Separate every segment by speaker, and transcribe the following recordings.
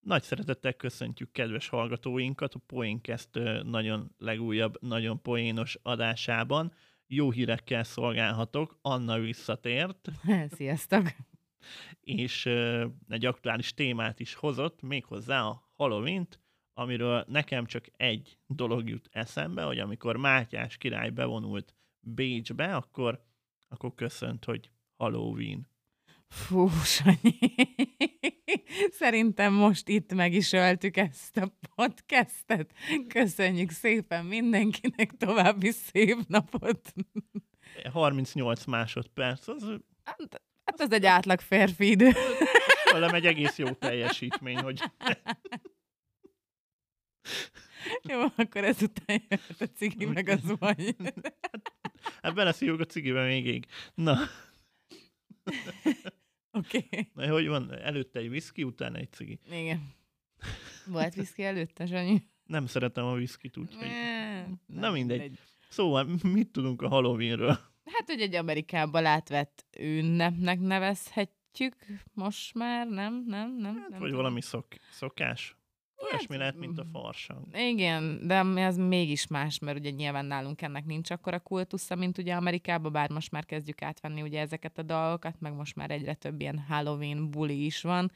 Speaker 1: Nagy szeretettel köszöntjük kedves hallgatóinkat a Poénkeszt nagyon legújabb, nagyon poénos adásában. Jó hírekkel szolgálhatok, Anna visszatért.
Speaker 2: Sziasztok!
Speaker 1: És egy aktuális témát is hozott, méghozzá a halloween amiről nekem csak egy dolog jut eszembe, hogy amikor Mátyás király bevonult Bécsbe, akkor, akkor köszönt, hogy Halloween.
Speaker 2: Fú, Sanyi. Szerintem most itt meg is öltük ezt a podcastet. Köszönjük szépen mindenkinek további szép napot.
Speaker 1: 38 másodperc, az...
Speaker 2: Hát, hát az egy átlag férfi idő.
Speaker 1: Velem egy egész jó teljesítmény, hogy...
Speaker 2: Jó, akkor ezután jött a cigi, meg a zuhany.
Speaker 1: Hát beleszívjuk a cigibe még ég. Na.
Speaker 2: Oké. Okay.
Speaker 1: Na, hogy van? Előtte egy viszki, utána egy cigi.
Speaker 2: Igen. Volt viszki előtte, Sanyi?
Speaker 1: Nem szeretem a viszkit, úgyhogy... Ne, Na mindegy. mindegy. Szóval mit tudunk a Halloweenről?
Speaker 2: Hát, hogy egy Amerikában átvett ünnepnek nevezhetjük most már, nem? Nem, nem? Hát,
Speaker 1: Hát,
Speaker 2: nem
Speaker 1: vagy valami szok, szokás? Olyasmi lehet, mint
Speaker 2: mm.
Speaker 1: a farsang.
Speaker 2: Igen, de ez mégis más, mert ugye nyilván nálunk ennek nincs akkora kultusza, mint ugye Amerikában, bár most már kezdjük átvenni ugye ezeket a dolgokat, meg most már egyre több ilyen Halloween buli is van,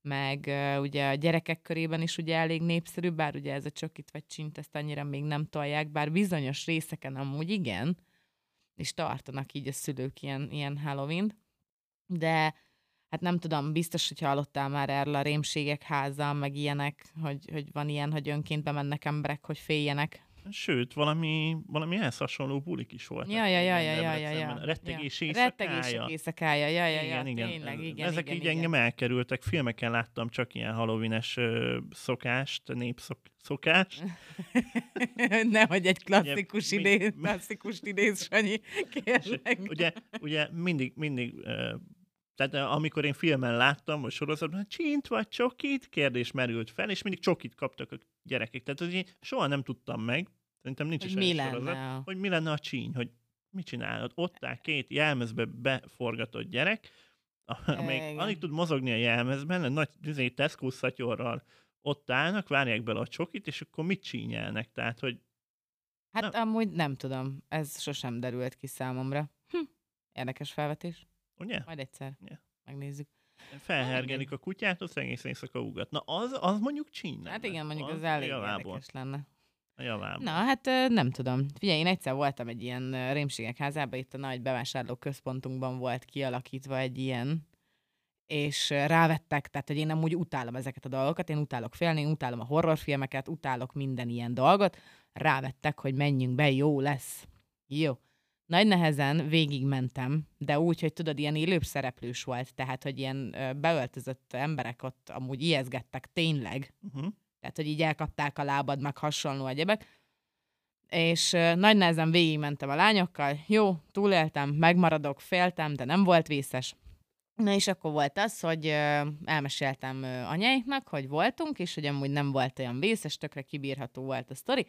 Speaker 2: meg uh, ugye a gyerekek körében is ugye elég népszerű, bár ugye ez a csokit vagy csint, ezt annyira még nem tolják, bár bizonyos részeken amúgy igen, és tartanak így a szülők ilyen, ilyen Halloween-t, de hát nem tudom, biztos, hogy hallottál már erről a rémségek háza, meg ilyenek, hogy, hogy van ilyen, hogy önként bemennek emberek, hogy féljenek.
Speaker 1: Sőt, valami, valami ehhez hasonló bulik is volt.
Speaker 2: Ja, ja, ja, ja, ja, ja, ja.
Speaker 1: Rettegés
Speaker 2: éjszakája. Rettegés éjszakája, ja, ja, ja,
Speaker 1: igen,
Speaker 2: tényleg, igen, igen.
Speaker 1: Ezek
Speaker 2: igen,
Speaker 1: így
Speaker 2: igen.
Speaker 1: engem elkerültek, filmeken láttam csak ilyen halloweenes ö, szokást, népszok, szokást.
Speaker 2: Nehogy egy klasszikus ugye, idéz, klasszikus idéz, Sanyi, kérlek.
Speaker 1: Ugye, ugye mindig, mindig ö, tehát amikor én filmen láttam, vagy sorozatban, hát csint vagy csokit, kérdés merült fel, és mindig csokit kaptak a gyerekek. Tehát hogy én soha nem tudtam meg, szerintem nincs
Speaker 2: Hogy
Speaker 1: is
Speaker 2: mi
Speaker 1: olyan
Speaker 2: lenne
Speaker 1: sorozat,
Speaker 2: a-
Speaker 1: hogy mi lenne a csíny, hogy mit csinálod. Ott áll két jelmezbe beforgatott gyerek, amelyik
Speaker 2: Igen.
Speaker 1: alig tud mozogni a jelmezben, egy nagy izé, Tesco szatyorral ott állnak, várják bele a csokit, és akkor mit csínyelnek? Tehát, hogy
Speaker 2: Hát amúgy nem tudom, ez sosem derült ki számomra. Hm. Érdekes felvetés.
Speaker 1: ugye?
Speaker 2: Majd egyszer
Speaker 1: Ja.
Speaker 2: megnézzük.
Speaker 1: Felhergelik a kutyát, az egész éjszaka ugat. Na, az, az mondjuk csíny
Speaker 2: Hát igen, mondjuk az,
Speaker 1: az
Speaker 2: elég
Speaker 1: javából.
Speaker 2: érdekes lenne.
Speaker 1: A javából.
Speaker 2: Na, hát ö, nem tudom. Figyelj, én egyszer voltam egy ilyen ö, rémségek házában, itt a nagy bevásárló központunkban volt kialakítva egy ilyen, és ö, rávettek, tehát hogy én amúgy utálom ezeket a dolgokat, én utálok félni, én utálom a horrorfilmeket, utálok minden ilyen dolgot, rávettek, hogy menjünk be, jó lesz. Jó. Nagy nehezen végigmentem, de úgy, hogy tudod, ilyen élőbb szereplős volt, tehát, hogy ilyen ö, beöltözött emberek ott amúgy ijeszgettek tényleg,
Speaker 1: Uh-huh.
Speaker 2: tehát, hogy így elkapták a lábad, meg hasonló egyebek. És ö, nagy nehezen végigmentem a lányokkal, jó, túléltem, megmaradok, féltem, de nem volt vészes. Na és akkor volt az, hogy ö, elmeséltem ö, anyáiknak, hogy voltunk, és hogy amúgy nem volt olyan vészes, tökre kibírható volt a sztori.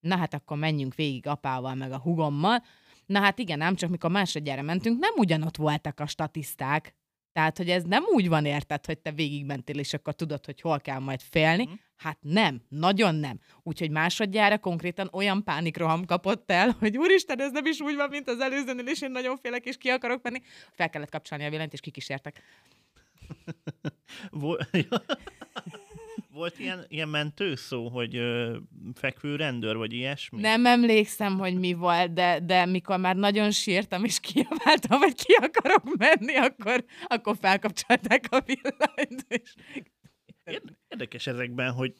Speaker 2: Na hát akkor menjünk végig apával, meg a hugommal. Na hát igen, ám csak mikor másodjára mentünk, nem ugyanott voltak a statiszták. Tehát, hogy ez nem úgy van érted, hogy te végigmentél, és akkor tudod, hogy hol kell majd félni.
Speaker 1: Mhm.
Speaker 2: Hát nem, nagyon nem. Úgyhogy másodjára konkrétan olyan pánikroham kapott el, hogy úristen, ez nem is úgy van, mint az előzőnél, és én nagyon félek, és ki akarok menni. Fel kellett kapcsolni a villanyt, és kikísértek.
Speaker 1: Vol- Ja. Volt ilyen, ilyen mentőszó, hogy ö, fekvő rendőr, vagy ilyesmi?
Speaker 2: Nem emlékszem, hogy mi volt, de, de mikor már nagyon sírtam, és kiabáltam, hogy ki akarok menni, akkor, akkor felkapcsolták a villanyt. És...
Speaker 1: Érd- Érdekes ezekben, hogy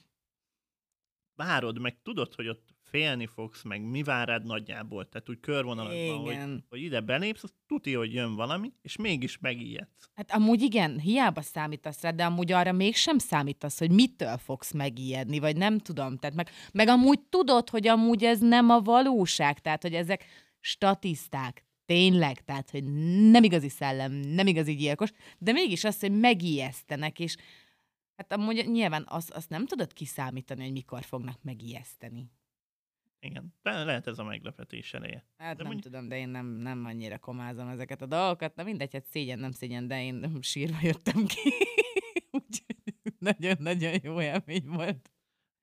Speaker 1: várod, meg tudod, hogy ott félni fogsz, meg mi vár rád nagyjából, tehát úgy körvonalakban, hogy,
Speaker 2: Igen.
Speaker 1: hogy ide belépsz, az tuti, hogy jön valami, és mégis megijedsz.
Speaker 2: Hát amúgy igen, hiába számítasz rá, de amúgy arra mégsem számítasz, hogy mitől fogsz megijedni, vagy nem tudom. Tehát meg, meg amúgy tudod, hogy amúgy ez nem a valóság, tehát hogy ezek statiszták, tényleg, tehát hogy nem igazi szellem, nem igazi gyilkos, de mégis az, hogy megijesztenek, és hát amúgy nyilván azt, azt nem tudod kiszámítani, hogy mikor fognak megijeszteni.
Speaker 1: Igen, Le- lehet ez a meglepetés ereje.
Speaker 2: Hát
Speaker 1: De
Speaker 2: nem
Speaker 1: mondjuk-
Speaker 2: tudom, de én nem, nem annyira komázom ezeket a dolgokat. Na mindegy, hát szégyen, nem szégyen, de én sírva jöttem ki. Úgyhogy nagyon-nagyon jó élmény volt.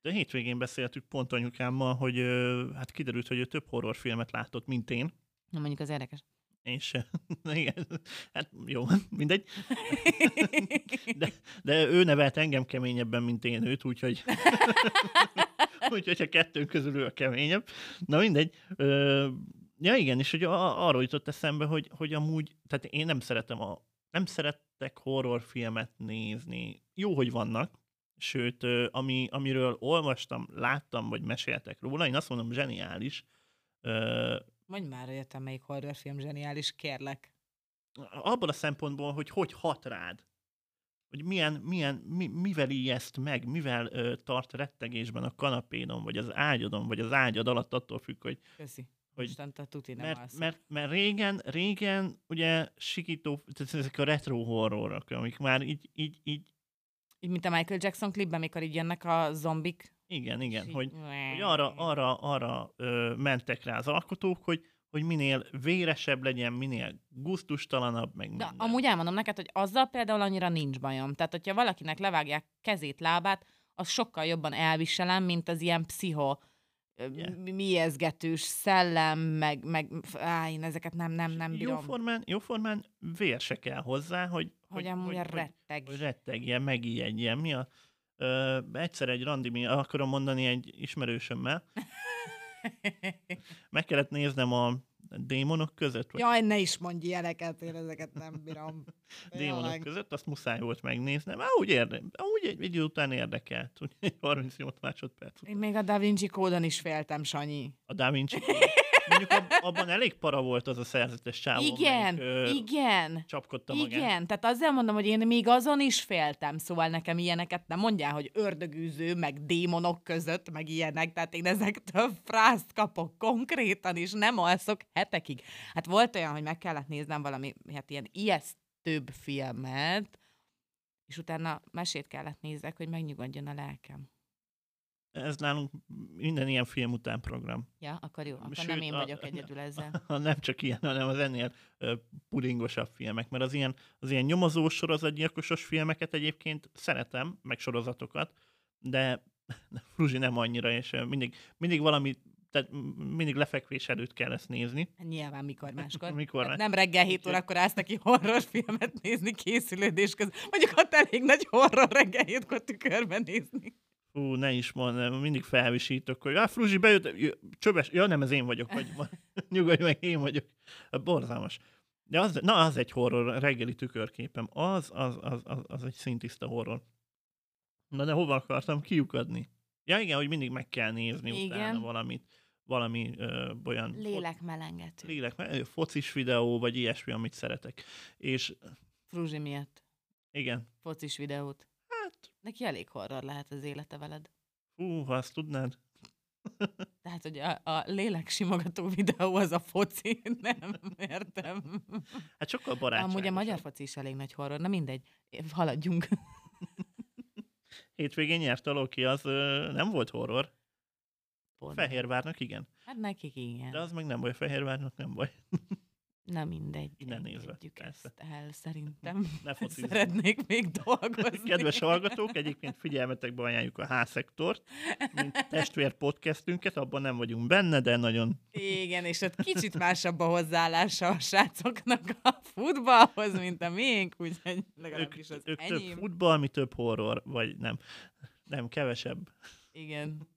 Speaker 1: De hétvégén beszéltük pont anyukámmal, hogy ö, hát kiderült, hogy ő több horrorfilmet látott, mint én.
Speaker 2: Na mondjuk az érdekes.
Speaker 1: És na igen, hát jó, mindegy. De, de ő nevelt engem keményebben, mint én őt, úgyhogy, úgyhogy a kettőnk közül ő a keményebb. Na mindegy. Ö, ja igen, és hogy a- arról jutott eszembe, hogy, hogy amúgy, tehát én nem szeretem a, nem szerettek horrorfilmet nézni. Jó, hogy vannak, sőt, ö, ami, amiről olvastam, láttam, vagy meséltek róla, én azt mondom, zseniális. Ö,
Speaker 2: Mondj már, hogy te melyik horrorfilm zseniális, kérlek.
Speaker 1: abból a szempontból, hogy hogy hat rád. Hogy milyen, milyen mi, mivel ijeszt meg, mivel ö, tart rettegésben a kanapédon, vagy az ágyadon, vagy az ágyad alatt, attól függ, hogy...
Speaker 2: Köszi.
Speaker 1: Hogy-
Speaker 2: Mostantól tuti nem
Speaker 1: Mert,
Speaker 2: alszom.
Speaker 1: mert, mert régen, régen ugye sikító, tehát ezek a retro horrorok, amik már így, így, így
Speaker 2: Így, mint a Michael Jackson klipben, amikor így jönnek a zombik.
Speaker 1: igen,
Speaker 2: és
Speaker 1: igen,
Speaker 2: így-
Speaker 1: hogy, hogy arra, arra, arra ö, mentek rá az alkotók, hogy, hogy minél véresebb legyen, minél guztustalanabb, meg
Speaker 2: De
Speaker 1: minden.
Speaker 2: amúgy elmondom neked, hogy azzal például annyira nincs bajom. Tehát, hogyha valakinek levágják kezét, lábát, az sokkal jobban elviselem, mint az ilyen pszicho ö,
Speaker 1: Yeah.
Speaker 2: mi- miezgetős szellem, meg, meg á, én ezeket nem, nem, nem
Speaker 1: Jóformán,
Speaker 2: bírom.
Speaker 1: jóformán, vér se kell hozzá, hogy,
Speaker 2: Hogy amúgy a retteg.
Speaker 1: hogy rettegjen, megijedjen. Mi a, ö, egyszer egy randi, mi akarom mondani egy ismerősömmel, meg kellett néznem a démonok között, vagy
Speaker 2: Jaj, ne is mondj ilyeneket, én ezeket nem bírom.
Speaker 1: démonok
Speaker 2: Jaj.
Speaker 1: között, azt muszáj volt megnéznem. Á, úgy, érde, á, úgy egy, egy idő után érdekelt, úgy egy 38 másodperc. után.
Speaker 2: Én még a Da Vinci kódon is féltem, Sanyi.
Speaker 1: A Da Vinci. Mondjuk ab- abban elég para volt az a szerzetes csávó,
Speaker 2: igen,
Speaker 1: amelyik, ö,
Speaker 2: igen.
Speaker 1: csapkodta magát.
Speaker 2: Igen, tehát azzal mondom, hogy én még azon is féltem, szóval nekem ilyeneket nem mondjál, hogy ördögűző, meg démonok között, meg ilyenek, tehát én ezektől frászt kapok konkrétan, és nem alszok hetekig. Hát volt olyan, hogy meg kellett néznem valami, hát ilyen ijesztőbb filmet, és utána mesét kellett nézek, hogy megnyugodjon a lelkem.
Speaker 1: Ez nálunk minden ilyen film után program.
Speaker 2: Ja, akkor jó, akkor
Speaker 1: Sőt,
Speaker 2: nem én
Speaker 1: a-
Speaker 2: vagyok egyedül ezzel.
Speaker 1: Ha nem csak ilyen, hanem az ennél ö, pudingosabb filmek, mert az ilyen, az ilyen nyomozós sorozatgyilkosos filmeket egyébként szeretem, meg sorozatokat, de Fruzsi nem annyira, és ö, mindig, mindig valami, tehát m- mindig lefekvés előtt kell ezt nézni.
Speaker 2: Nyilván mikor máskor.
Speaker 1: Mikor
Speaker 2: Tehát
Speaker 1: más-
Speaker 2: Hát nem reggel 7
Speaker 1: Úgyhogy-
Speaker 2: órakor állsz neki horrorfilmet nézni készülődés közben. Mondjuk ott elég nagy horror reggel 7-kor tükörben nézni.
Speaker 1: Fú, ne is mondd, mindig felvisítok, hogy ah, Fruzsi bejött, ö, csöves, ja nem, ez én vagyok, vagy nyugodj meg, én vagyok. Hát Borzalmas. De az, na, az egy horror, a reggeli tükörképem. Az, az, az, az, az egy szintiszta horror. Na de hova akartam kiukadni? Ja igen, hogy mindig meg kell nézni igen.
Speaker 2: Igen.
Speaker 1: utána valamit, valami ö, olyan... fo-
Speaker 2: Lélekmelengető.
Speaker 1: Lélek, ö, focis videó, vagy ilyesmi, amit szeretek. És
Speaker 2: Fruzsi miatt.
Speaker 1: igen,
Speaker 2: Focis videót.
Speaker 1: hát,
Speaker 2: Neki elég horror lehet az élete veled.
Speaker 1: hú, ha azt tudnád.
Speaker 2: Tehát, hogy a, a lélek simogató videó az a foci, nem értem.
Speaker 1: Hát sokkal barátságos.
Speaker 2: Amúgy a magyar foci is elég nagy horror, na mindegy, haladjunk.
Speaker 1: Hétvégén nyert a Loki, az ö, nem volt horror. Fehérvárnak igen.
Speaker 2: Hát nekik igen.
Speaker 1: De az meg nem baj, Fehérvárnak nem baj.
Speaker 2: Na mindegy.
Speaker 1: Innen nézve,
Speaker 2: engedjük
Speaker 1: persze.
Speaker 2: ezt el, szerintem.
Speaker 1: Ne focizzunk.
Speaker 2: Szeretnék még dolgozni.
Speaker 1: Kedves hallgatók, egyébként figyelmetekbe ajánljuk a H-szektort, mint testvér podcastünket, abban nem vagyunk benne, de nagyon
Speaker 2: Igen, és ott kicsit másabb a hozzáállása a srácoknak a futballhoz, mint a miénk, úgyhogy
Speaker 1: ők,
Speaker 2: legalábbis az
Speaker 1: ők több
Speaker 2: enyém.
Speaker 1: futball, mi több horror, vagy nem. Nem, kevesebb.
Speaker 2: Igen.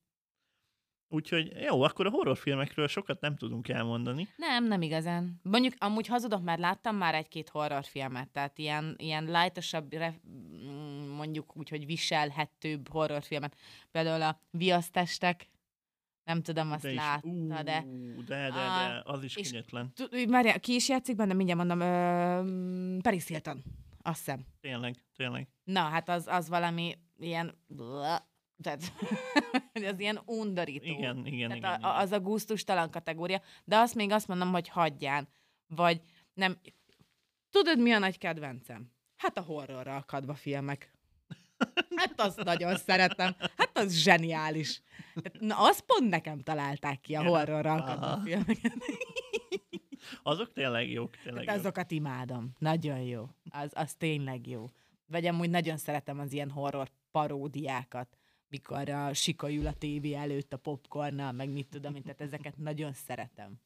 Speaker 1: Úgyhogy jó, akkor a horrorfilmekről sokat nem tudunk elmondani.
Speaker 2: Nem, nem igazán. Mondjuk amúgy hazudok, mert láttam már egy-két horrorfilmet, tehát ilyen, ilyen lightosabb, re- mm, mondjuk úgy, hogy viselhetőbb horrorfilmet. Például a Viasztestek, nem tudom, azt
Speaker 1: de is, ú,
Speaker 2: látta, de
Speaker 1: de, de, de,
Speaker 2: Á,
Speaker 1: az is
Speaker 2: és-
Speaker 1: kényetlen.
Speaker 2: Tud- Várjál, ki is játszik benne? Mindjárt mondom. Ö, mm, Paris Hilton. Azt hiszem.
Speaker 1: Tényleg, tényleg.
Speaker 2: Na, hát az, az valami ilyen... Tehát, hogy az ilyen undorító.
Speaker 1: Igen, igen,
Speaker 2: Tehát
Speaker 1: igen.
Speaker 2: a, a-
Speaker 1: igen.
Speaker 2: az a gusztustalan kategória. De azt még azt mondom, hogy hagyján. Vagy nem... Tudod, mi a nagy kedvencem? Hát a horrorral kadva filmek. Hát azt nagyon szeretem. Hát az zseniális. Tehát, na, azt pont nekem találták ki a
Speaker 1: Igen,
Speaker 2: horrorral kadva
Speaker 1: aha.
Speaker 2: filmeket.
Speaker 1: Azok tényleg jók, tényleg
Speaker 2: Hát
Speaker 1: jók.
Speaker 2: azokat imádom. Nagyon jó. Az, az tényleg jó. vagy amúgy nagyon szeretem az ilyen horror paródiákat, mikor a sika ül a tévé előtt a popcornnal, meg mit tudom, én, tehát ezeket nagyon szeretem.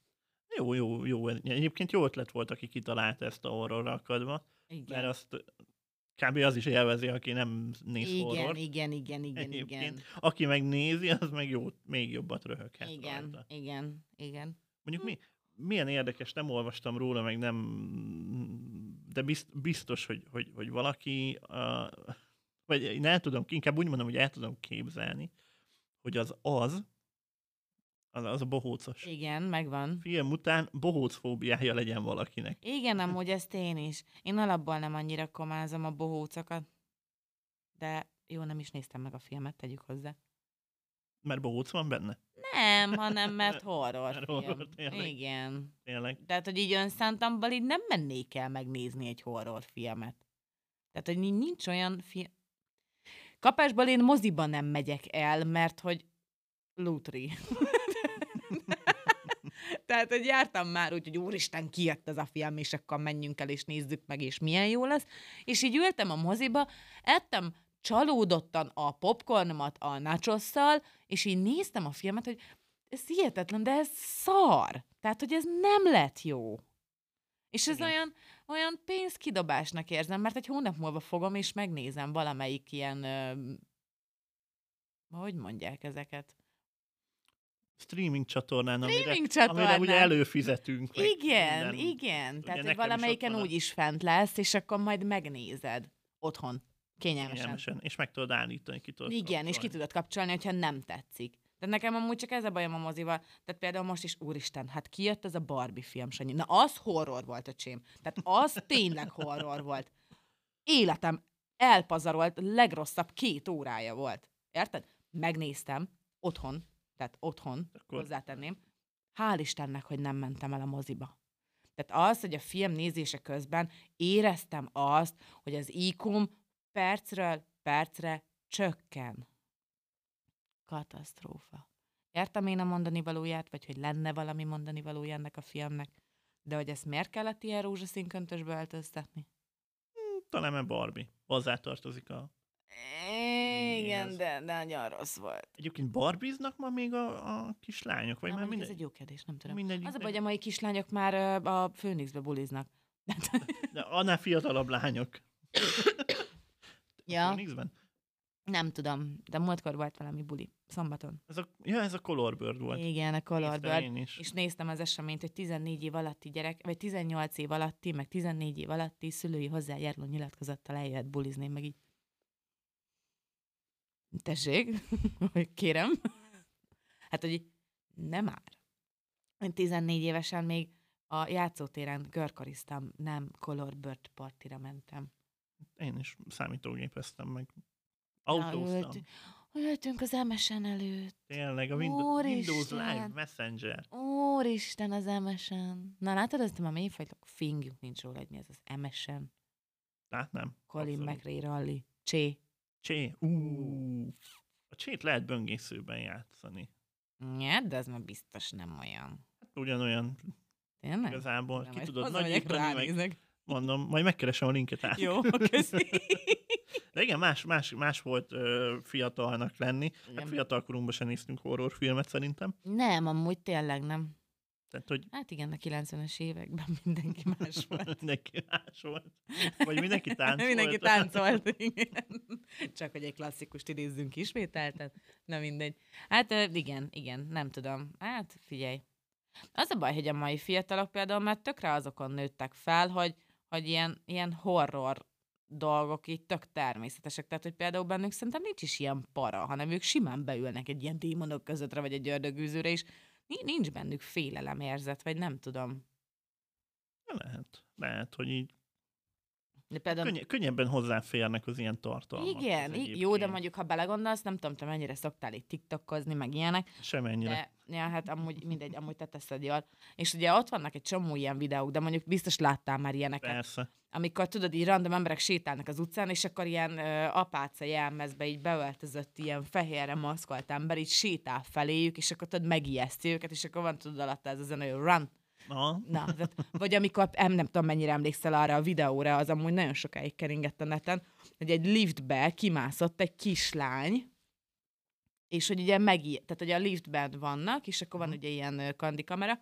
Speaker 1: Jó, jó, jó. Egyébként jó ötlet volt, aki kitalálta ezt a horror akadva, mert
Speaker 2: Igen,
Speaker 1: azt kb. az is élvezi, aki nem néz
Speaker 2: igen,
Speaker 1: horror.
Speaker 2: igen, igen, igen, igen.
Speaker 1: Egyébként. Aki meg nézi, az meg jó, még jobbat röhöghet
Speaker 2: Igen, Hm.
Speaker 1: rajta.
Speaker 2: igen, igen.
Speaker 1: Mondjuk mi, milyen érdekes, nem olvastam róla, meg nem, de bizt- biztos, hogy, hogy, hogy valaki, uh, vagy én el tudom, inkább úgy mondom, hogy el tudom képzelni, hogy az az, az, az a bohócos.
Speaker 2: Igen, megvan.
Speaker 1: Film után bohócfóbiája legyen valakinek.
Speaker 2: Igen, amúgy ezt én is. Én alapból nem annyira komázom a bohócokat, de jó, nem is néztem meg a filmet, tegyük hozzá.
Speaker 1: Mert bohóc van benne,
Speaker 2: Nem, hanem mert horror
Speaker 1: Mert horror,
Speaker 2: film.
Speaker 1: tényleg.
Speaker 2: Igen.
Speaker 1: tényleg.
Speaker 2: Tehát, hogy így önszántamban így nem mennék el megnézni egy horrorfilmet. Tehát, hogy nin- nincs olyan film... Kapásból én moziba nem megyek el, mert hogy lutri. Tehát, hogy jártam már úgy, hogy úristen, kijött ez a film, és akkor menjünk el, és nézzük meg, és milyen jó lesz. És így ültem a moziba, ettem csalódottan a popcornomat a nachosszal, és így néztem a filmet, hogy ez hihetetlen, de ez szar. Tehát, hogy ez nem lett jó. És ez
Speaker 1: Igen.
Speaker 2: olyan, olyan pénzkidobásnak érzem, mert egy hónap múlva fogom és megnézem valamelyik ilyen, ö, hogy mondják ezeket?
Speaker 1: Streaming csatornán, amire,
Speaker 2: Streaming
Speaker 1: amire ugye
Speaker 2: csatornán.
Speaker 1: előfizetünk. meg
Speaker 2: Igen,
Speaker 1: minden.
Speaker 2: igen. Tehát,
Speaker 1: nekem
Speaker 2: hogy
Speaker 1: is ott
Speaker 2: valamelyiken
Speaker 1: van a-
Speaker 2: úgy is fent lesz, és akkor majd megnézed otthon, kényelmesen.
Speaker 1: Kényelmesen. És meg tudod állítani, ki tudod
Speaker 2: Igen, és ki
Speaker 1: kapcsolni.
Speaker 2: tudod kapcsolni, hogyha nem tetszik. De nekem amúgy csak ez a bajom a mozival. Tehát például most is, úristen, hát kijött ez a Barbie film, Sanyi. Na az horror volt, öcsém. Tehát az tényleg horror volt. Életem elpazarolt, legrosszabb két órája volt. Érted? Megnéztem otthon, tehát otthon,
Speaker 1: Akkor-
Speaker 2: hozzátenném. Hál' Istennek, hogy nem mentem el a moziba. Tehát az, hogy a film nézése közben éreztem azt, hogy az iq percről percre csökken. Katasztrófa. Értem én a mondani valóját, vagy hogy lenne valami mondani valója ennek a filmnek, de hogy ezt miért kellett ilyen rózsaszín köntösbe öltöztetni?
Speaker 1: Talán mert Barbie. Hozzátartozik a Igen,
Speaker 2: de nagyon rossz volt.
Speaker 1: Egyébként barbiznak ma még a, a kislányok, vagy
Speaker 2: Na,
Speaker 1: már
Speaker 2: mondjuk
Speaker 1: mindegy,
Speaker 2: ez egy jó kérdés, nem tudom.
Speaker 1: mindegy,
Speaker 2: Az a baj, hogy a mai kislányok már ö, a Főnixbe buliznak.
Speaker 1: de annál fiatalabb lányok.
Speaker 2: ja,
Speaker 1: Phoenixben?
Speaker 2: nem tudom, de múltkor volt valami buli, szombaton.
Speaker 1: Ez a, ja, ez a Colorbird volt.
Speaker 2: Igen, a
Speaker 1: Néztem
Speaker 2: Color Bird.
Speaker 1: Én is.
Speaker 2: és néztem az eseményt, hogy 14 év alatti gyerek, vagy 18 év alatti, meg 14 év alatti szülői hozzájáruló nyilatkozattal eljöhet bulizni, meg így. Tessék, hogy kérem. Hát, hogy így, nem már. Én 14 évesen még a játszótéren körkoriztam, nem Colorbird partira mentem.
Speaker 1: Én is számítógépeztem meg.
Speaker 2: Na,
Speaker 1: Autóztam.
Speaker 2: ült- Ültünk az MSN előtt.
Speaker 1: Tényleg, a Windows, Windows
Speaker 2: Úristen.
Speaker 1: Live Messenger.
Speaker 2: Úristen, az MSN. Na látod, azt a mélyfajtok fingjuk nincs róla, hogy mi ez az MSN.
Speaker 1: Hát nem.
Speaker 2: Colin
Speaker 1: abszolút.
Speaker 2: McRae Rally. Csé.
Speaker 1: Csé. Ú. A csét lehet böngészőben játszani.
Speaker 2: Ja, de az már biztos nem olyan.
Speaker 1: Hát ugyanolyan
Speaker 2: Tényleg?
Speaker 1: igazából.
Speaker 2: Na,
Speaker 1: Ki
Speaker 2: majd
Speaker 1: tudod
Speaker 2: hazamegyek,
Speaker 1: nagyítani, meg
Speaker 2: ránézek.
Speaker 1: mondom, majd megkeresem a linket át.
Speaker 2: Jó, köszi.
Speaker 1: De igen, más, más, más volt ö, fiatalnak lenni. Hát fiatalkorunkban sem néztünk horrorfilmet szerintem.
Speaker 2: Nem, amúgy tényleg nem.
Speaker 1: Tehát, hogy
Speaker 2: Hát igen, a 90-es években mindenki más volt.
Speaker 1: mindenki más volt. Vagy mindenki táncolt.
Speaker 2: mindenki táncolt, igen. Csak, hogy egy klasszikust idézzünk ismételten. Na mindegy. Hát ö, igen, igen, nem tudom. Hát figyelj. Az a baj, hogy a mai fiatalok például már tökre azokon nőttek fel, hogy, hogy ilyen, ilyen horror dolgok így tök természetesek. Tehát, hogy például bennük szerintem nincs is ilyen para, hanem ők simán beülnek egy ilyen démonok közöttre, vagy egy ördögűzőre, és ni- nincs bennük félelemérzet, vagy nem tudom.
Speaker 1: Lehet. Lehet, hogy így
Speaker 2: De például
Speaker 1: könnye, könnyebben hozzáférnek az ilyen tartalmak.
Speaker 2: Igen, ig- jó, de mondjuk, ha belegondolsz, nem tudom, te mennyire szoktál itt tiktokozni, meg ilyenek,
Speaker 1: Semennyire.
Speaker 2: de ja, hát amúgy mindegy, amúgy te teszed jól. És ugye ott vannak egy csomó ilyen videók, de mondjuk biztos láttál már ilyeneket,
Speaker 1: Persze.
Speaker 2: amikor tudod, így random emberek sétálnak az utcán, és akkor ilyen ö, apáca jelmezbe így beöltözött ilyen fehérre maszkolt ember, így sétál feléjük, és akkor tudod, megijeszti őket, és akkor van tudod alatta ez a zene, hogy run,
Speaker 1: Aha.
Speaker 2: Na, tehát, vagy amikor, em, nem tudom mennyire emlékszel arra a videóra, az amúgy nagyon sokáig keringett a neten, hogy egy liftbe kimászott egy kislány, és hogy ugye megijed, tehát hogy a liftben vannak, és akkor van ugye ilyen ö, kandikamera,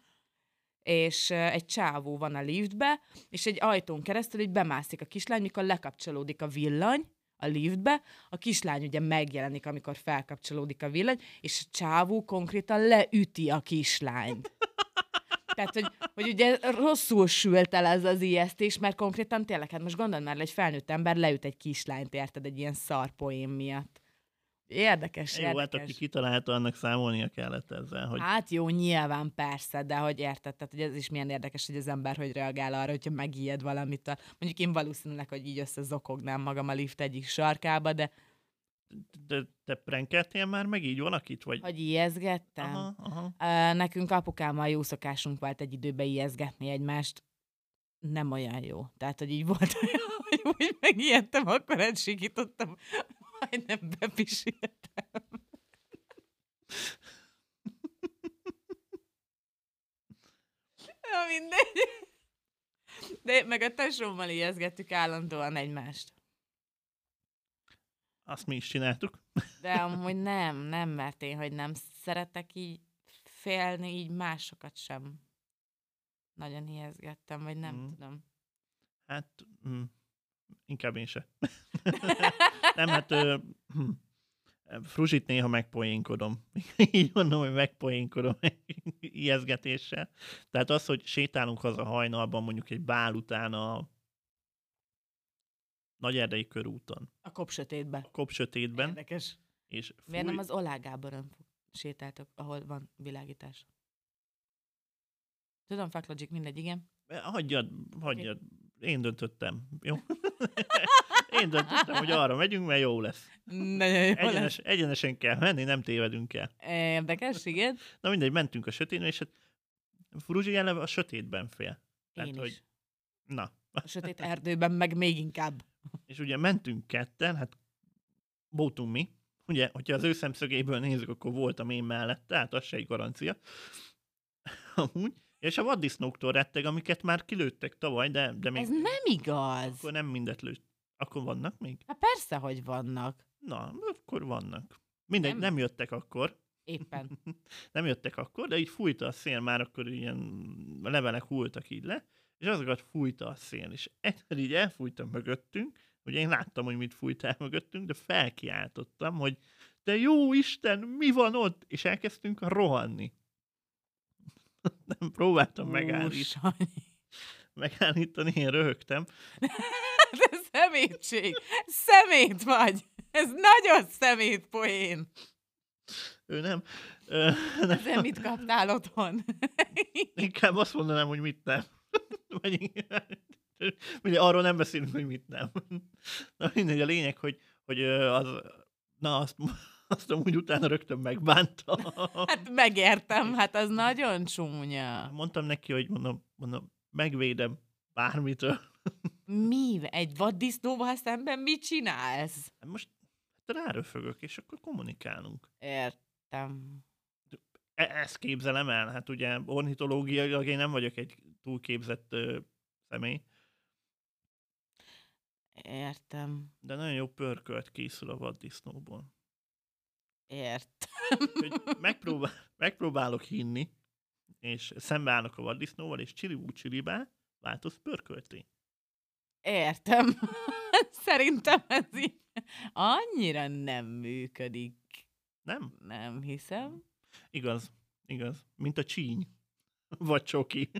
Speaker 2: és ö, egy csávó van a liftbe, és egy ajtón keresztül így bemászik a kislány, mikor lekapcsolódik a villany a liftbe, a kislány ugye megjelenik, amikor felkapcsolódik a villany, és a csávó konkrétan leüti a kislányt. Tehát, hogy, hogy ugye rosszul sült el ez az ijesztés, mert konkrétan tényleg, hát most gondold már, egy felnőtt ember leüt egy kislányt, érted, egy ilyen szarpoém miatt. Érdekes,
Speaker 1: Jó, hát
Speaker 2: érdekes.
Speaker 1: aki kitalálta, annak számolnia kellett ezzel, hogy
Speaker 2: Hát jó, nyilván persze, de hogy érted, tehát hogy ez is milyen érdekes, hogy az ember hogy reagál arra, hogyha megijed valamitől. Mondjuk én valószínűleg, hogy így összezokognám magam a lift egyik sarkába, de
Speaker 1: de te prenkeltél már meg így valakit, vagy...
Speaker 2: hogy ijeszgettem.
Speaker 1: aha, aha.
Speaker 2: Ö, Nekünk apukámmal jó szokásunk volt egy időben ijeszgetni egymást. Nem olyan jó. Tehát, hogy így volt olyan, hogy úgy megijedtem, akkor elsikítottam, majdnem bepisíltem. Na mindegy. De meg a tesómmal ijeszgettük állandóan egymást.
Speaker 1: Azt mi is csináltuk.
Speaker 2: De amúgy nem, nem, mert én, hogy nem szeretek így félni, így másokat sem. Nagyon ijeszgettem, vagy nem
Speaker 1: Mhm.
Speaker 2: tudom.
Speaker 1: Hát, mm, inkább én se. Nem, hát ö, hm. Fruzsit néha megpoénkodom. Így mondom, hogy megpoénkodom ijeszgetéssel. Tehát az, hogy sétálunk haza hajnalban, mondjuk egy bál után a Nagyerdei körúton,
Speaker 2: A kop sötétbe.
Speaker 1: a kop sötétben,
Speaker 2: Érdekes.
Speaker 1: és fúj,
Speaker 2: Miért nem az Olá Gáboron sétáltok, ahol van világítás? Tudom, Fuck Logic, mindegy, igen.
Speaker 1: hagyjad, hagyjad, én döntöttem, jó? Én döntöttem, hogy arra megyünk, mert jó lesz.
Speaker 2: Nagyon jó lesz.
Speaker 1: Egyenes, egyenesen kell menni, nem tévedünk el.
Speaker 2: Érdekes, igen.
Speaker 1: Na mindegy, mentünk a sötétbe, és hát Fruzsi eleve a sötétben fél. Tehát,
Speaker 2: Én
Speaker 1: hogy-
Speaker 2: is.
Speaker 1: Na,
Speaker 2: A sötét erdőben meg még inkább.
Speaker 1: és ugye mentünk ketten, hát bótunk mi, ugye, hogyha az ő szemszögéből nézzük, akkor voltam én mellette, tehát az se egy garancia. Amúgy, és a vaddisznóktól retteg, amiket már kilőttek tavaly, de, de még
Speaker 2: Ez nem igaz.
Speaker 1: akkor nem mindet lőtt. Akkor vannak még?
Speaker 2: Hát persze, hogy vannak.
Speaker 1: Na, akkor vannak. Mindegy,
Speaker 2: Nem.
Speaker 1: nem, nem jöttek akkor.
Speaker 2: Éppen.
Speaker 1: nem jöttek akkor, de így fújta a szél, már akkor ilyen levelek hultak így le, és azokat fújta a szél, és egyszer így elfújta mögöttünk, ugye én láttam, hogy mit fújtál mögöttünk, de felkiáltottam, hogy de jó Isten, mi van ott? És elkezdtünk rohanni. Nem próbáltam
Speaker 2: Ú,
Speaker 1: megállít,
Speaker 2: Sanyi.
Speaker 1: megállítani, én röhögtem.
Speaker 2: De szemétség! Szemét vagy! Ez nagyon szemét poén!
Speaker 1: Ő nem. Ö, nem.
Speaker 2: De mit kaptál otthon?
Speaker 1: Inkább azt mondanám, hogy mit nem. Vagy ugye arról nem beszélünk, hogy mit nem. Na mindegy, a lényeg, hogy, hogy ö, az, na azt, azt amúgy utána rögtön megbánta.
Speaker 2: Hát megértem, hát az nagyon csúnya.
Speaker 1: Mondtam neki, hogy mondom, mondom megvédem bármitől.
Speaker 2: Mi? Egy vaddisznóval szemben mit csinálsz?
Speaker 1: Hát Most ráröfögök, és akkor kommunikálunk.
Speaker 2: Értem.
Speaker 1: E- ezt képzelem el, hát ugye ornitológiailag én nem vagyok egy túlképzett ö, személy,
Speaker 2: Értem.
Speaker 1: de nagyon jó pörkölt készül a vaddisznóból.
Speaker 2: Értem.
Speaker 1: hogy megpróbál, megpróbálok hinni, és szembeállok a vaddisznóval, és csiribú csiribá változ pörkölté.
Speaker 2: Értem. Szerintem ez így annyira nem működik.
Speaker 1: Nem?
Speaker 2: Nem hiszem.
Speaker 1: Igaz, igaz. Mint a csíny. Vagy csoki.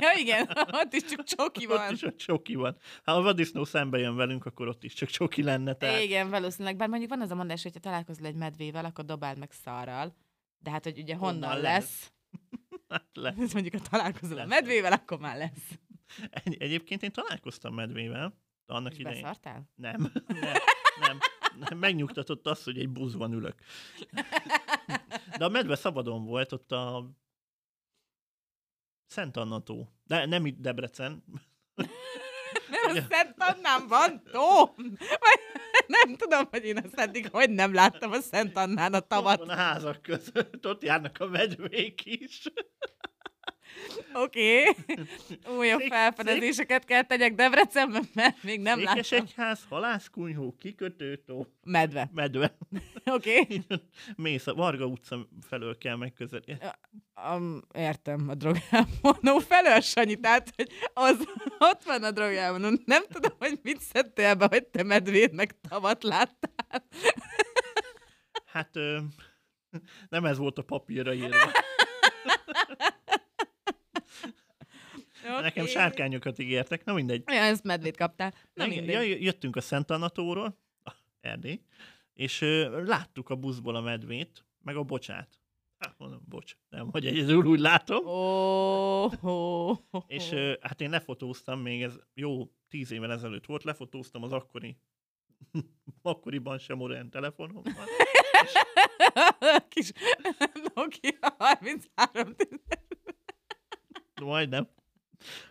Speaker 2: Ja igen, ott is csak csoki
Speaker 1: Ott
Speaker 2: van.
Speaker 1: is a csoki van. Ha a vaddisznó szembe jön velünk, akkor ott is csak csoki lenne. Tehát
Speaker 2: Igen, valószínűleg. Bár mondjuk van az a mondás, hogy ha találkozol egy medvével, akkor dobáld meg szarral. De hát, hogy ugye honnan,
Speaker 1: Honnan
Speaker 2: lesz.
Speaker 1: lesz? hát le.
Speaker 2: lesz. mondjuk, ha találkozol a
Speaker 1: Lesz.
Speaker 2: medvével, akkor már lesz.
Speaker 1: Egy, egyébként én találkoztam medvével, de annak
Speaker 2: És
Speaker 1: idején.
Speaker 2: beszartál?
Speaker 1: Nem, nem, nem, nem. Megnyugtatott az, hogy egy buszban ülök. De a medve szabadon volt ott a Szent Anna tó. De nem itt Debrecen.
Speaker 2: Mert
Speaker 1: Ugye?
Speaker 2: a Szent Annán van tó! Vagy nem tudom, hogy én azt eddig hogy nem láttam a Szent Annán a
Speaker 1: Ott
Speaker 2: tavat.
Speaker 1: van a házak között, ott járnak a medvék is.
Speaker 2: Oké. Újabb
Speaker 1: Szék-
Speaker 2: felfedezéseket kell tegyek Debrecenben, mert még nem láttam.
Speaker 1: Székesegyház, halászkunyhó, kikötőtó,
Speaker 2: Medve.
Speaker 1: medve.
Speaker 2: Oké.
Speaker 1: Mész a Varga utca felől kell megközelíteni.
Speaker 2: Um, értem, a drogálmonó felől, Sanyi, tehát, hogy az, ott van a drogálmonó. Nem tudom, hogy mit szedtél be, hogy te medvédnek tavat láttál.
Speaker 1: Hát ö, nem ez volt a papírra írva.
Speaker 2: Okay.
Speaker 1: Nekem sárkányokat ígértek, na mindegy.
Speaker 2: Ja, ezt medvét kaptál. Na
Speaker 1: Nem,
Speaker 2: mindegy.
Speaker 1: ja, jöttünk a Szent Anatóról, ah, Erdély, és ö, láttuk a buszból a medvét, meg a bocsát. Hát mondom, bocs, nem, hogy egyedül úgy látom.
Speaker 2: Ó, hó, hó.
Speaker 1: És ö, hát én lefotóztam, még ez jó tíz évvel ezelőtt volt, lefotóztam az akkori, akkoriban sem olyan telefonommal.
Speaker 2: Kis Nokia 33.
Speaker 1: Majdnem.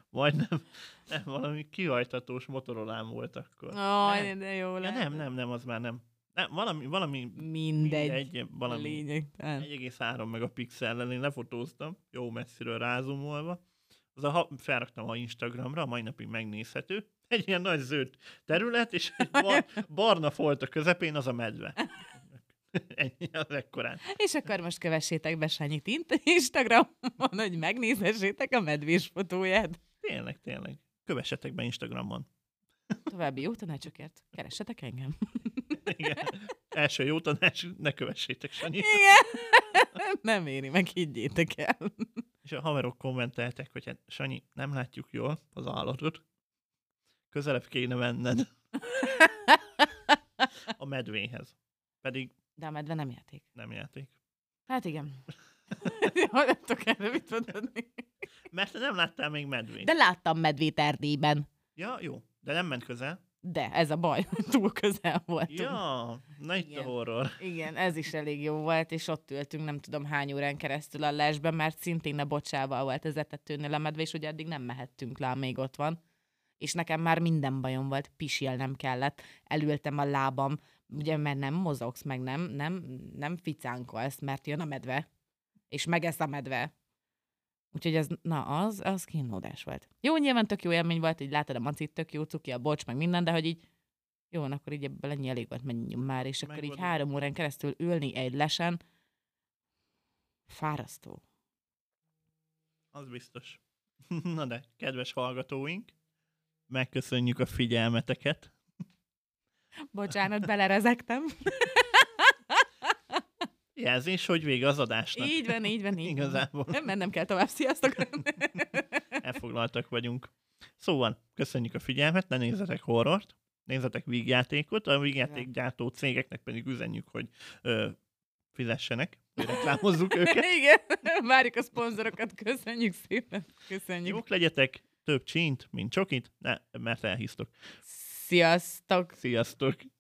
Speaker 1: Majdnem. Nem, valami kihajtatós motorolám volt akkor.
Speaker 2: Aj,
Speaker 1: nem.
Speaker 2: de jó
Speaker 1: Ja,
Speaker 2: lett.
Speaker 1: nem, nem, nem, az már nem. nem valami, valami,
Speaker 2: Mindegy.
Speaker 1: egy, valami
Speaker 2: Lényegtelen.
Speaker 1: 1,3 megapixellel én lefotóztam, jó messziről rázumolva. Az a, ha- felraktam a Instagramra, a mai napig megnézhető. Egy ilyen nagy zöld terület, és egy bar, barna folt a közepén, az a medve. Ennyi az ekkorán.
Speaker 2: És akkor most kövessétek be Sanyit int- Instagramon, hogy megnézhessétek a medvés fotóját.
Speaker 1: Tényleg, tényleg. Kövessetek be Instagramon.
Speaker 2: További jó tanácsokért keressetek engem.
Speaker 1: Igen. Első jó tanács, ne kövessétek Sanyi.
Speaker 2: Igen. Nem éri meg, higgyétek el.
Speaker 1: És a haverok kommenteltek, hogy hát Sanyi, nem látjuk jól az állatot. Közelebb kéne menned. A medvéhez. Pedig
Speaker 2: De a medve nem játék.
Speaker 1: nem játék.
Speaker 2: Hát igen. Hagyjatok erre mit mondani.
Speaker 1: Mert te nem láttál még medvét.
Speaker 2: De láttam medvét Erdélyben.
Speaker 1: Ja, jó. De nem ment közel.
Speaker 2: De ez a baj, túl közel voltunk.
Speaker 1: Ja, na itt
Speaker 2: Igen.
Speaker 1: a horror.
Speaker 2: Igen, ez is elég jó volt, és ott ültünk nem tudom hány órán keresztül a lesben, mert szintén a bocsával volt az etetőnél a medve, és ugye addig nem mehettünk le, amíg ott van. És nekem már minden bajom volt, pisilnem kellett, elültem a lábam, ugye mert nem mozogsz, meg nem, nem, nem ficánkolsz, mert jön a medve, és megesz a medve. Úgyhogy ez, na az, az kínlódás volt. Jó, nyilván tök jó élmény volt, így látod a macit, tök jó cuki, a bocs, meg minden, de hogy így jó, van, akkor így ebből ennyi elég volt, menjünk már, és akkor így
Speaker 1: Megoldom.
Speaker 2: három órán keresztül ülni egy lesen, fárasztó.
Speaker 1: Az biztos. Na de, kedves hallgatóink, megköszönjük a figyelmeteket.
Speaker 2: Bocsánat, belerezektem.
Speaker 1: Jelzés, hogy vége az adásnak.
Speaker 2: így van, így van, így van.
Speaker 1: Igazából.
Speaker 2: Nem mennem kell tovább, sziasztok!
Speaker 1: elfoglaltak vagyunk. Szóval, köszönjük a figyelmet, ne nézzetek horrort, nézzetek vígjátékot, a vígjáték gyártó cégeknek pedig üzenjük, hogy ö, fizessenek, hogy reklámozzuk őket.
Speaker 2: Igen, várjuk a szponzorokat, köszönjük szépen, köszönjük.
Speaker 1: Jók legyetek, több csínt, mint csokit, ne, mert elhisztok.
Speaker 2: Sziasztok!
Speaker 1: Sziasztok!